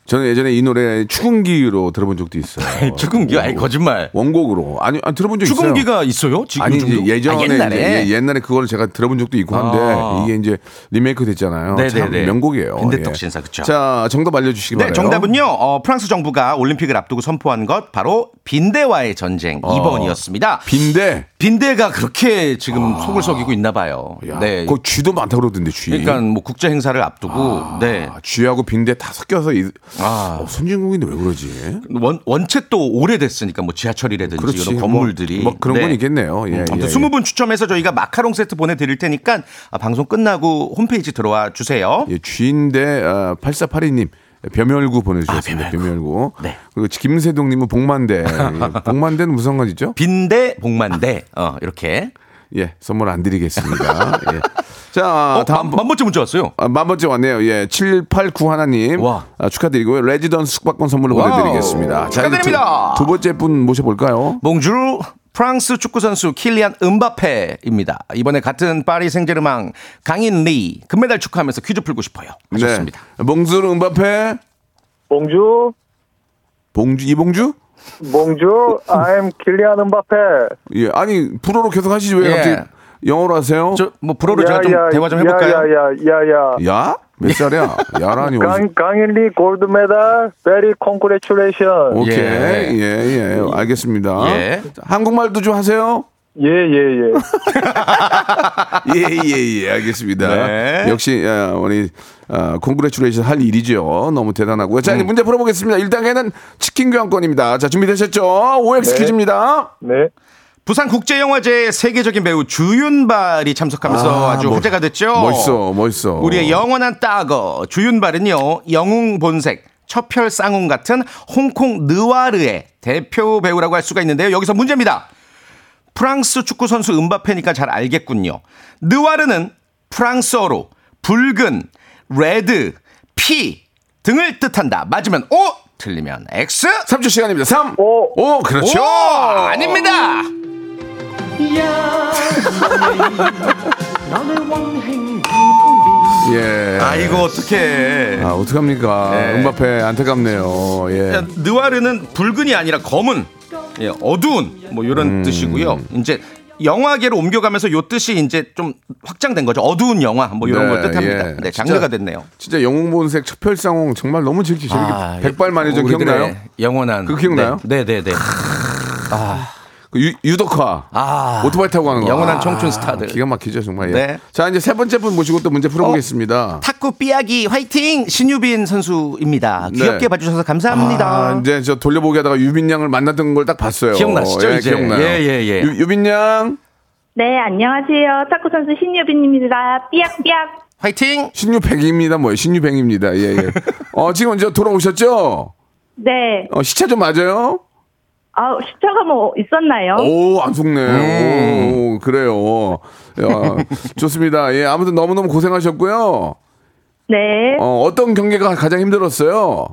Speaker 3: 저는 예전에 이 노래 추궁기로 들어본 적도 있어요.
Speaker 6: 죽음기 아니 거짓말.
Speaker 3: 원곡으로 아니, 아니 들어본 적 있어요.
Speaker 6: 죽음기가 있어요? 지금
Speaker 3: 아니
Speaker 6: 정도?
Speaker 3: 이제 예전에
Speaker 6: 아, 옛날에.
Speaker 3: 이제 예- 옛날에 그걸 제가 들어본 적도 있고 한데
Speaker 6: 아.
Speaker 3: 이게 이제 리메이크 됐잖아요. 참
Speaker 6: 네네네.
Speaker 3: 명곡이에요. 예.
Speaker 6: 빈대떡 신사, 그쵸.
Speaker 3: 자 정답 알려주시기
Speaker 6: 네,
Speaker 3: 바래요.
Speaker 6: 정답은요. 어, 프랑스 정부가 올림픽을 앞두고 선포한 것 바로 빈대와의 전쟁 2번이었습니다.
Speaker 3: 빈대.
Speaker 6: 빈대가 그렇게 지금 속을 썩이고 있나 봐요.
Speaker 3: 야,
Speaker 6: 네.
Speaker 3: 그 쥐도 많다 고 그러던데 쥐.
Speaker 6: 그러니까 뭐 국제 행사를 앞두고 네.
Speaker 3: 아, 쥐하고 빈대 다 섞여서 이,
Speaker 6: 아.
Speaker 3: 어, 선진국인데 왜 그러지?
Speaker 6: 원, 원체 또 오래됐으니까 뭐 지하철이라든지
Speaker 3: 그렇지,
Speaker 6: 이런 건물들이
Speaker 3: 뭐, 뭐 그런
Speaker 6: 네.
Speaker 3: 건 있겠네요. 예,
Speaker 6: 음,
Speaker 3: 예,
Speaker 6: 아무튼
Speaker 3: 예.
Speaker 6: 20분 추첨해서 저희가 마카롱 세트 보내드릴 테니까 아, 방송 끝나고 홈페이지 들어와 주세요.
Speaker 3: 예, 쥐인데 아, 8482님 벼멸구 보내주셨습니다. 벼멸구.
Speaker 6: 네.
Speaker 3: 그리고 김세동님은 복만대. 예, 복만대는 무슨 상관이죠?
Speaker 6: 빈대 복만대 어, 이렇게
Speaker 3: 예, 선물 안 드리겠습니다. 예. 자,
Speaker 6: 어,
Speaker 3: 다음
Speaker 6: 만, 만번째 문자 왔어요.
Speaker 3: 아, 만 번째 왔네요. 예, 789 하나님
Speaker 6: 와.
Speaker 3: 아, 축하드리고요. 레지던스 숙박권 선물로
Speaker 6: 와우.
Speaker 3: 보내드리겠습니다. 자, 이제 두-
Speaker 6: 축하드립니다.
Speaker 3: 두 번째 분 모셔볼까요?
Speaker 6: 몽주루 프랑스 축구 선수 킬리안 음바페입니다. 이번에 같은 파리 생제르맹 강인 리 금메달 축하하면서 퀴즈 풀고 싶어요. 하셨습니다.
Speaker 3: 네. 몽주 음바페.
Speaker 7: 봉주,
Speaker 3: 봉주 이봉주?
Speaker 7: 봉주, I'm 킬리안 음바페.
Speaker 3: 예. 아니 불어로 계속 하시지 왜
Speaker 6: 예.
Speaker 3: 갑자기 영어로 하세요?
Speaker 6: 저 뭐 불어로 제가 좀 대화 좀 해볼까요?
Speaker 7: 야야야야야.
Speaker 3: 야? 몇 살이야? 야라니 어디서?
Speaker 7: 강, 강일리 골드메달, 베리 콩그레츄레이션.
Speaker 3: 오케이.
Speaker 6: 예.
Speaker 3: 예, 예. 알겠습니다.
Speaker 6: 예.
Speaker 3: 한국말도 좀 하세요.
Speaker 7: 예예예.
Speaker 3: 예, 예, 예. 알겠습니다.
Speaker 6: 네.
Speaker 3: 역시 아, 우리 콩그레츄레이션 할 일이죠. 너무 대단하고요.
Speaker 6: 음.
Speaker 3: 자, 이제 문제 풀어보겠습니다. 1단계는 치킨 교환권입니다. 자, 준비되셨죠? OX 퀴즈입니다.
Speaker 7: 네.
Speaker 6: 부산국제영화제의 세계적인 배우 주윤발이 참석하면서
Speaker 3: 아,
Speaker 6: 아, 주
Speaker 3: 멋-
Speaker 6: 화제가 됐죠.
Speaker 3: 멋있어, 멋있어.
Speaker 6: 우리의 영원한 따거 주윤발은요 영웅 본색 첩혈 쌍웅 같은 홍콩 느와르의 대표 배우라고 할 수가 있는데요 여기서 문제입니다 프랑스 축구 선수 음바페니까 잘 알겠군요 느와르는 프랑스어로 붉은 레드 피 등을 뜻한다 맞으면 O 틀리면 X
Speaker 3: 3초 시간입니다. 3,
Speaker 7: 오.
Speaker 3: 5, 그렇죠.
Speaker 6: 오, 아닙니다
Speaker 3: 예.
Speaker 6: 아 이거 어떻게
Speaker 3: 아, 어떡합니까?
Speaker 6: 네.
Speaker 3: 음바페 안타깝네요. 예.
Speaker 6: 일단 느와르는 붉은이 아니라 검은, 예, 어두운 뭐
Speaker 3: 음.
Speaker 6: 이런 뜻이고요. 이제 영화계로 옮겨가면서 요 뜻이 이제 좀 확장된 거죠. 어두운 영화 뭐 이런
Speaker 3: 네,
Speaker 6: 걸 뜻합니다.
Speaker 3: 예.
Speaker 6: 네,
Speaker 3: 진짜
Speaker 6: 장르가 됐네요.
Speaker 3: 진짜 영웅본색 첩혈상홍 정말 너무 재밌게 재밌게 백발 마녀전
Speaker 6: 아, 예. 우리들의
Speaker 3: 기억나요?
Speaker 6: 영원한
Speaker 3: 그거 기억나요?
Speaker 6: 네, 네, 네. 네.
Speaker 3: 그 유, 유덕화
Speaker 6: 아,
Speaker 3: 오토바이 타고 가는 거
Speaker 6: 영원한
Speaker 3: 아,
Speaker 6: 청춘 스타들.
Speaker 3: 기가 막히죠 정말 예.
Speaker 6: 네.
Speaker 3: 자 이제 세 번째 분 모시고 또 문제 풀어보겠습니다
Speaker 6: 탁구 삐약이 화이팅 신유빈 선수입니다. 귀엽게
Speaker 3: 네.
Speaker 6: 봐주셔서 감사합니다.
Speaker 3: 아, 이제 저 돌려보기 하다가 유빈 양을 만났던 걸 딱 봤어요
Speaker 6: 기억나시죠,
Speaker 3: 예,
Speaker 6: 이제?
Speaker 3: 기억나요
Speaker 6: 예, 예, 예.
Speaker 3: 유, 유빈 양
Speaker 9: 네, 안녕하세요. 탁구 선수 신유빈입니다. 삐약삐약.
Speaker 6: 화이팅!
Speaker 3: 신유백입니다 뭐예요 신유백입니다 예, 예. 어, 지금 이제 돌아오셨죠?
Speaker 9: 네.
Speaker 3: 어, 시차 좀 맞아요?
Speaker 9: 아, 시차가 뭐 있었나요?
Speaker 6: 어?
Speaker 3: 오, 안 속네.
Speaker 6: 음.
Speaker 3: 오, 그래요. 야, 좋습니다. 예, 아무튼 너무너무 고생하셨고요.
Speaker 9: 네.
Speaker 3: 어, 어떤 경기가 가장 힘들었어요?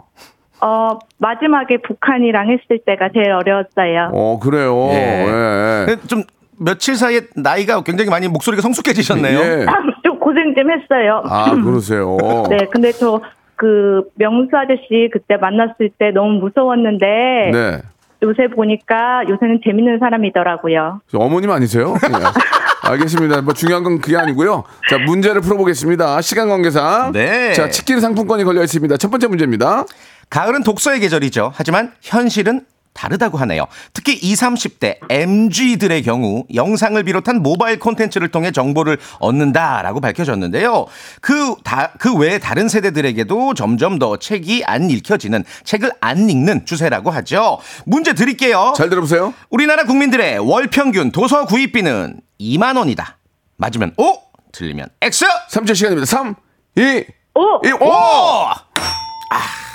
Speaker 9: 어, 마지막에 북한이랑 했을 때가 제일 어려웠어요.
Speaker 3: 어, 그래요. 예.
Speaker 6: 근데 좀 며칠 사이에 나이가 굉장히 많이 목소리가 성숙해지셨네요.
Speaker 3: 예.
Speaker 9: 좀 고생 좀 했어요.
Speaker 3: 아, 그러세요.
Speaker 9: 네, 근데 저 그 명수 아저씨 그때 만났을 때 너무 무서웠는데
Speaker 3: 네.
Speaker 9: 요새 보니까 요새는 재밌는 사람이더라고요.
Speaker 3: 저 어머님 아니세요? 예. 알겠습니다. 뭐 중요한 건 그게 아니고요. 자, 문제를 풀어보겠습니다. 시간 관계상.
Speaker 6: 네.
Speaker 3: 자, 치킨 상품권이 걸려 있습니다. 첫 번째 문제입니다.
Speaker 6: 가을은 독서의 계절이죠. 하지만 현실은 다르다고 하네요. 특히 20, 30대 MG들의 경우 영상을 비롯한 모바일 콘텐츠를 통해 정보를 얻는다라고 밝혀졌는데요. 그, 다, 그 외에 다른 세대들에게도 점점 더 책이 안 읽혀지는 책을 안 읽는 추세라고 하죠. 문제 드릴게요.
Speaker 3: 잘 들어보세요.
Speaker 6: 우리나라 국민들의 월 평균 도서 구입비는 2만 원이다. 맞으면 O, 틀리면 X.
Speaker 3: 3초 시간입니다. 3, 2, 1,
Speaker 9: 오!
Speaker 3: 5!
Speaker 6: 오! 아.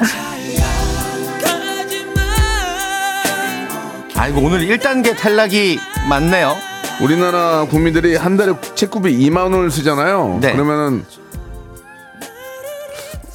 Speaker 6: 아이고 오늘 1단계 탈락이 맞네요.
Speaker 3: 우리나라 국민들이 한 달에 책구비 2만 원을 쓰잖아요.
Speaker 6: 네.
Speaker 3: 그러면은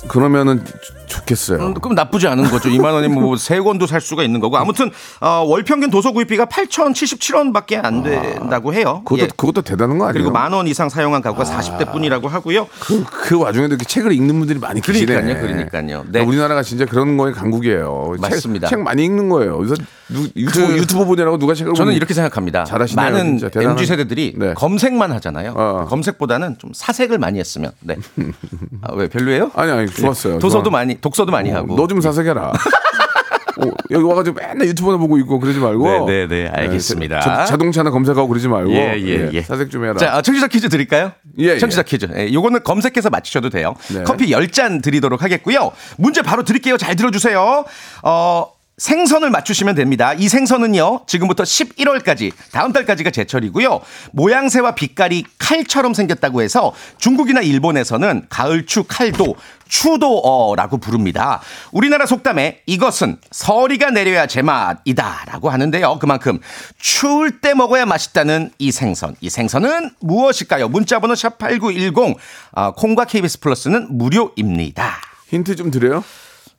Speaker 3: 그러면은 좋- 좋겠어요.
Speaker 6: 음, 그럼 나쁘지 않은 거죠. 2만 원이면 뭐세 권도 살 수가 있는 거고. 아무튼 어, 월 평균 도서 구입비가 8,077원밖에 안 된다고 해요.
Speaker 3: 그것도
Speaker 6: 예.
Speaker 3: 그것도 대단한 거 아니에요?
Speaker 6: 그리고 만 원 이상 사용한 가구가 40대뿐이라고 하고요.
Speaker 3: 그, 그 와중에도 이렇게 책을 읽는 분들이 많이 계시네.
Speaker 6: 그러니까요, 그러니까요. 네.
Speaker 3: 우리나라가 진짜 그런 거에 강국이에요. 책-
Speaker 6: 맞습니다.
Speaker 3: 책, 많이 읽는 거예요. 그래서 누, 유튜브
Speaker 6: 그-
Speaker 3: 유튜브 보냐고 누가 책을
Speaker 6: 저는
Speaker 3: 보니-
Speaker 6: 이렇게 생각합니다.
Speaker 3: 잘하시네요,
Speaker 6: 많은
Speaker 3: 진짜. 대단한-
Speaker 6: MZ 세대들이
Speaker 3: 네.
Speaker 6: 검색만 하잖아요.
Speaker 3: 어.
Speaker 6: 검색보다는 좀 사색을 많이 했으면. 네. 아, 왜 별로예요?
Speaker 3: 아니 아니 좋았어요.
Speaker 6: 도서도
Speaker 3: 좋아.
Speaker 6: 많이 독서도 많이
Speaker 3: 어,
Speaker 6: 하고.
Speaker 3: 너좀 사색해라. 어, 여기 와가지고 맨날 유튜브나 보고 있고 그러지 말고.
Speaker 6: 네, 네, 네, 알겠습니다.
Speaker 3: 네, 자, 자동차나 검색하고 그러지 말고.
Speaker 6: 예, 예, 예.
Speaker 3: 사색 좀 해라.
Speaker 6: 자, 아, 청취자 퀴즈 드릴까요?
Speaker 3: 예, 예.
Speaker 6: 청취자 퀴즈. 예, 요거는 검색해서 맞히셔도 돼요.
Speaker 3: 네.
Speaker 6: 커피 10잔 드리도록 하겠고요. 문제 바로 드릴게요. 잘 들어주세요. 어, 생선을 맞추시면 됩니다. 이 생선은요, 지금부터 11월까지, 다음 달까지가 제철이고요. 모양새와 빛깔이 칼처럼 생겼다고 해서 중국이나 일본에서는 가을추 칼도 추도어라고 부릅니다. 우리나라 속담에 이것은 서리가 내려야 제맛이다라고 하는데요. 그만큼 추울 때 먹어야 맛있다는 이 생선. 이 생선은 무엇일까요? 문자번호 샵8910 아, 콩과 KBS 플러스는 무료입니다.
Speaker 3: 힌트 좀 드려요?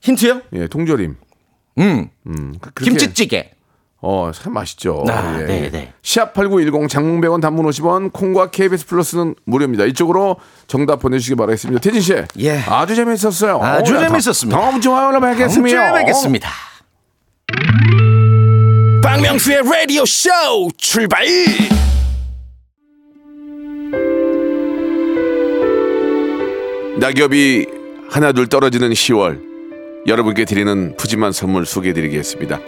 Speaker 6: 힌트요?
Speaker 3: 예, 통조림.
Speaker 6: 음.
Speaker 3: 음, 그- 그렇게-
Speaker 6: 김치찌개.
Speaker 3: 어, 참 맛있죠.
Speaker 2: 아,
Speaker 3: 예,
Speaker 2: 네,
Speaker 3: 예.
Speaker 2: 네.
Speaker 3: 샵 8910 장문 100원 단문 50원 콩과 KBS 플러스는 무료입니다. 이쪽으로 정답 보내주시기 바라겠습니다. 태진 씨.
Speaker 6: 예.
Speaker 3: 아주 재밌었어요.
Speaker 6: 아주
Speaker 3: 나 다-
Speaker 6: 재밌었습니다.
Speaker 3: 다음 주에 화요일에 뵙겠습니다.
Speaker 6: 다음 주에 뵙겠습니다.
Speaker 2: 박명수의 라디오 쇼 출발!
Speaker 3: 어? 낙엽이 하나둘 떨어지는 10월 여러분께 드리는 푸짐한 선물 소개해드리겠습니다.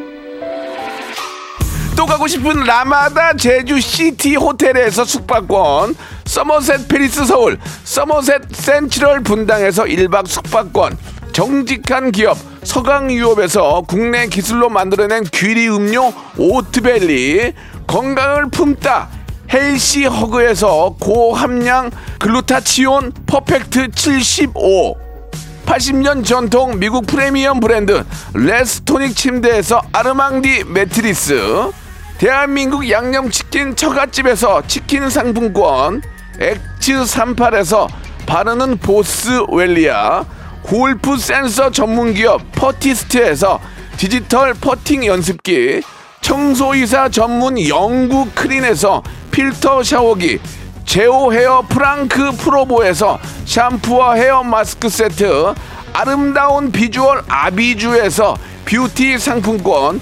Speaker 3: 또 가고 싶은 라마다 제주 시티 호텔에서 숙박권, 서머셋 페리스 서울, 서머셋 센트럴 분당에서 1박 숙박권, 정직한 기업 서강유업에서 국내 기술로 만들어낸 귀리 음료 오트밸리, 건강을 품다 헬시 허그에서 고함량 글루타치온 퍼펙트 75, 80년 전통 미국 프리미엄 브랜드 레스토닉 침대에서 아르망디 매트리스 대한민국 양념치킨 처갓집에서 치킨 상품권 엑츠38에서 바르는 보스웰리아 골프 센서 전문기업 퍼티스트에서 디지털 퍼팅 연습기 청소이사 전문 영구 크린에서 필터 샤워기 제오 헤어 프랑크 프로보에서 샴푸와 헤어 마스크 세트 아름다운 비주얼 아비주에서 뷰티 상품권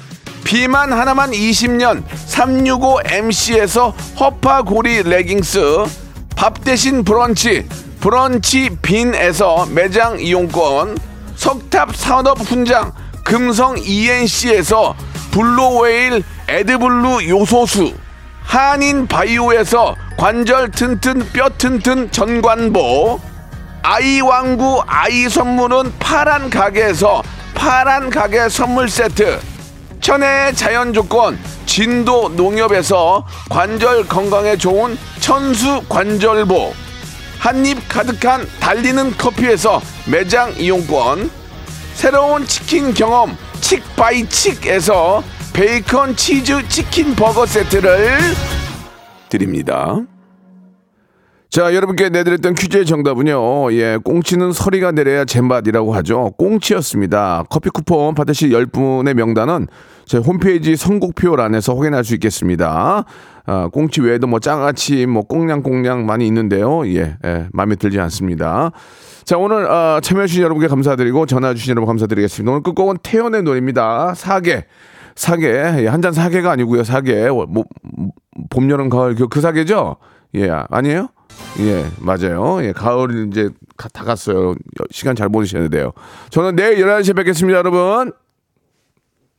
Speaker 3: 비만 하나만 20년 365MC에서 허파고리 레깅스 밥 대신 브런치 브런치 빈에서 매장 이용권 석탑 산업 훈장 금성 ENC에서 블루웨일 에드블루 요소수 한인 바이오에서 관절 튼튼 뼈 튼튼 전관보 아이 왕구 아이 선물은 파란 가게에서 파란 가게 선물 세트 천혜의 자연 조건 진도 농협에서 관절 건강에 좋은 천수 관절보 한입 가득한 달리는 커피에서 매장 이용권 새로운 치킨 경험 칙바이칙에서 베이컨 치즈 치킨 버거 세트를 드립니다. 자, 여러분께 내드렸던 퀴즈의 정답은요. 예, 꽁치는 서리가 내려야 제맛이라고 하죠. 꽁치였습니다. 커피 쿠폰 받으실 10분의 명단은 제 홈페이지 선곡표란에서 확인할 수 있겠습니다. 아, 꽁치 외에도 뭐 장아찌, 뭐 꽁냥꽁냥 많이 있는데요. 예, 예, 마음에 들지 않습니다. 자, 오늘 아, 참여해주신 여러분께 감사드리고 전화주신 여러분 감사드리겠습니다. 오늘 끝곡은 태연의 노래입니다. 사계. 사계. 예, 한잔 사계가 아니고요. 사계. 뭐, 봄, 여름, 가을. 그, 그 사계죠? 예, 아니에요? 예, 맞아요. 예, 가을 이제 가- 다 갔어요. 시간 잘 보내셔야 돼요. 저는 내일 11시에 뵙겠습니다, 여러분.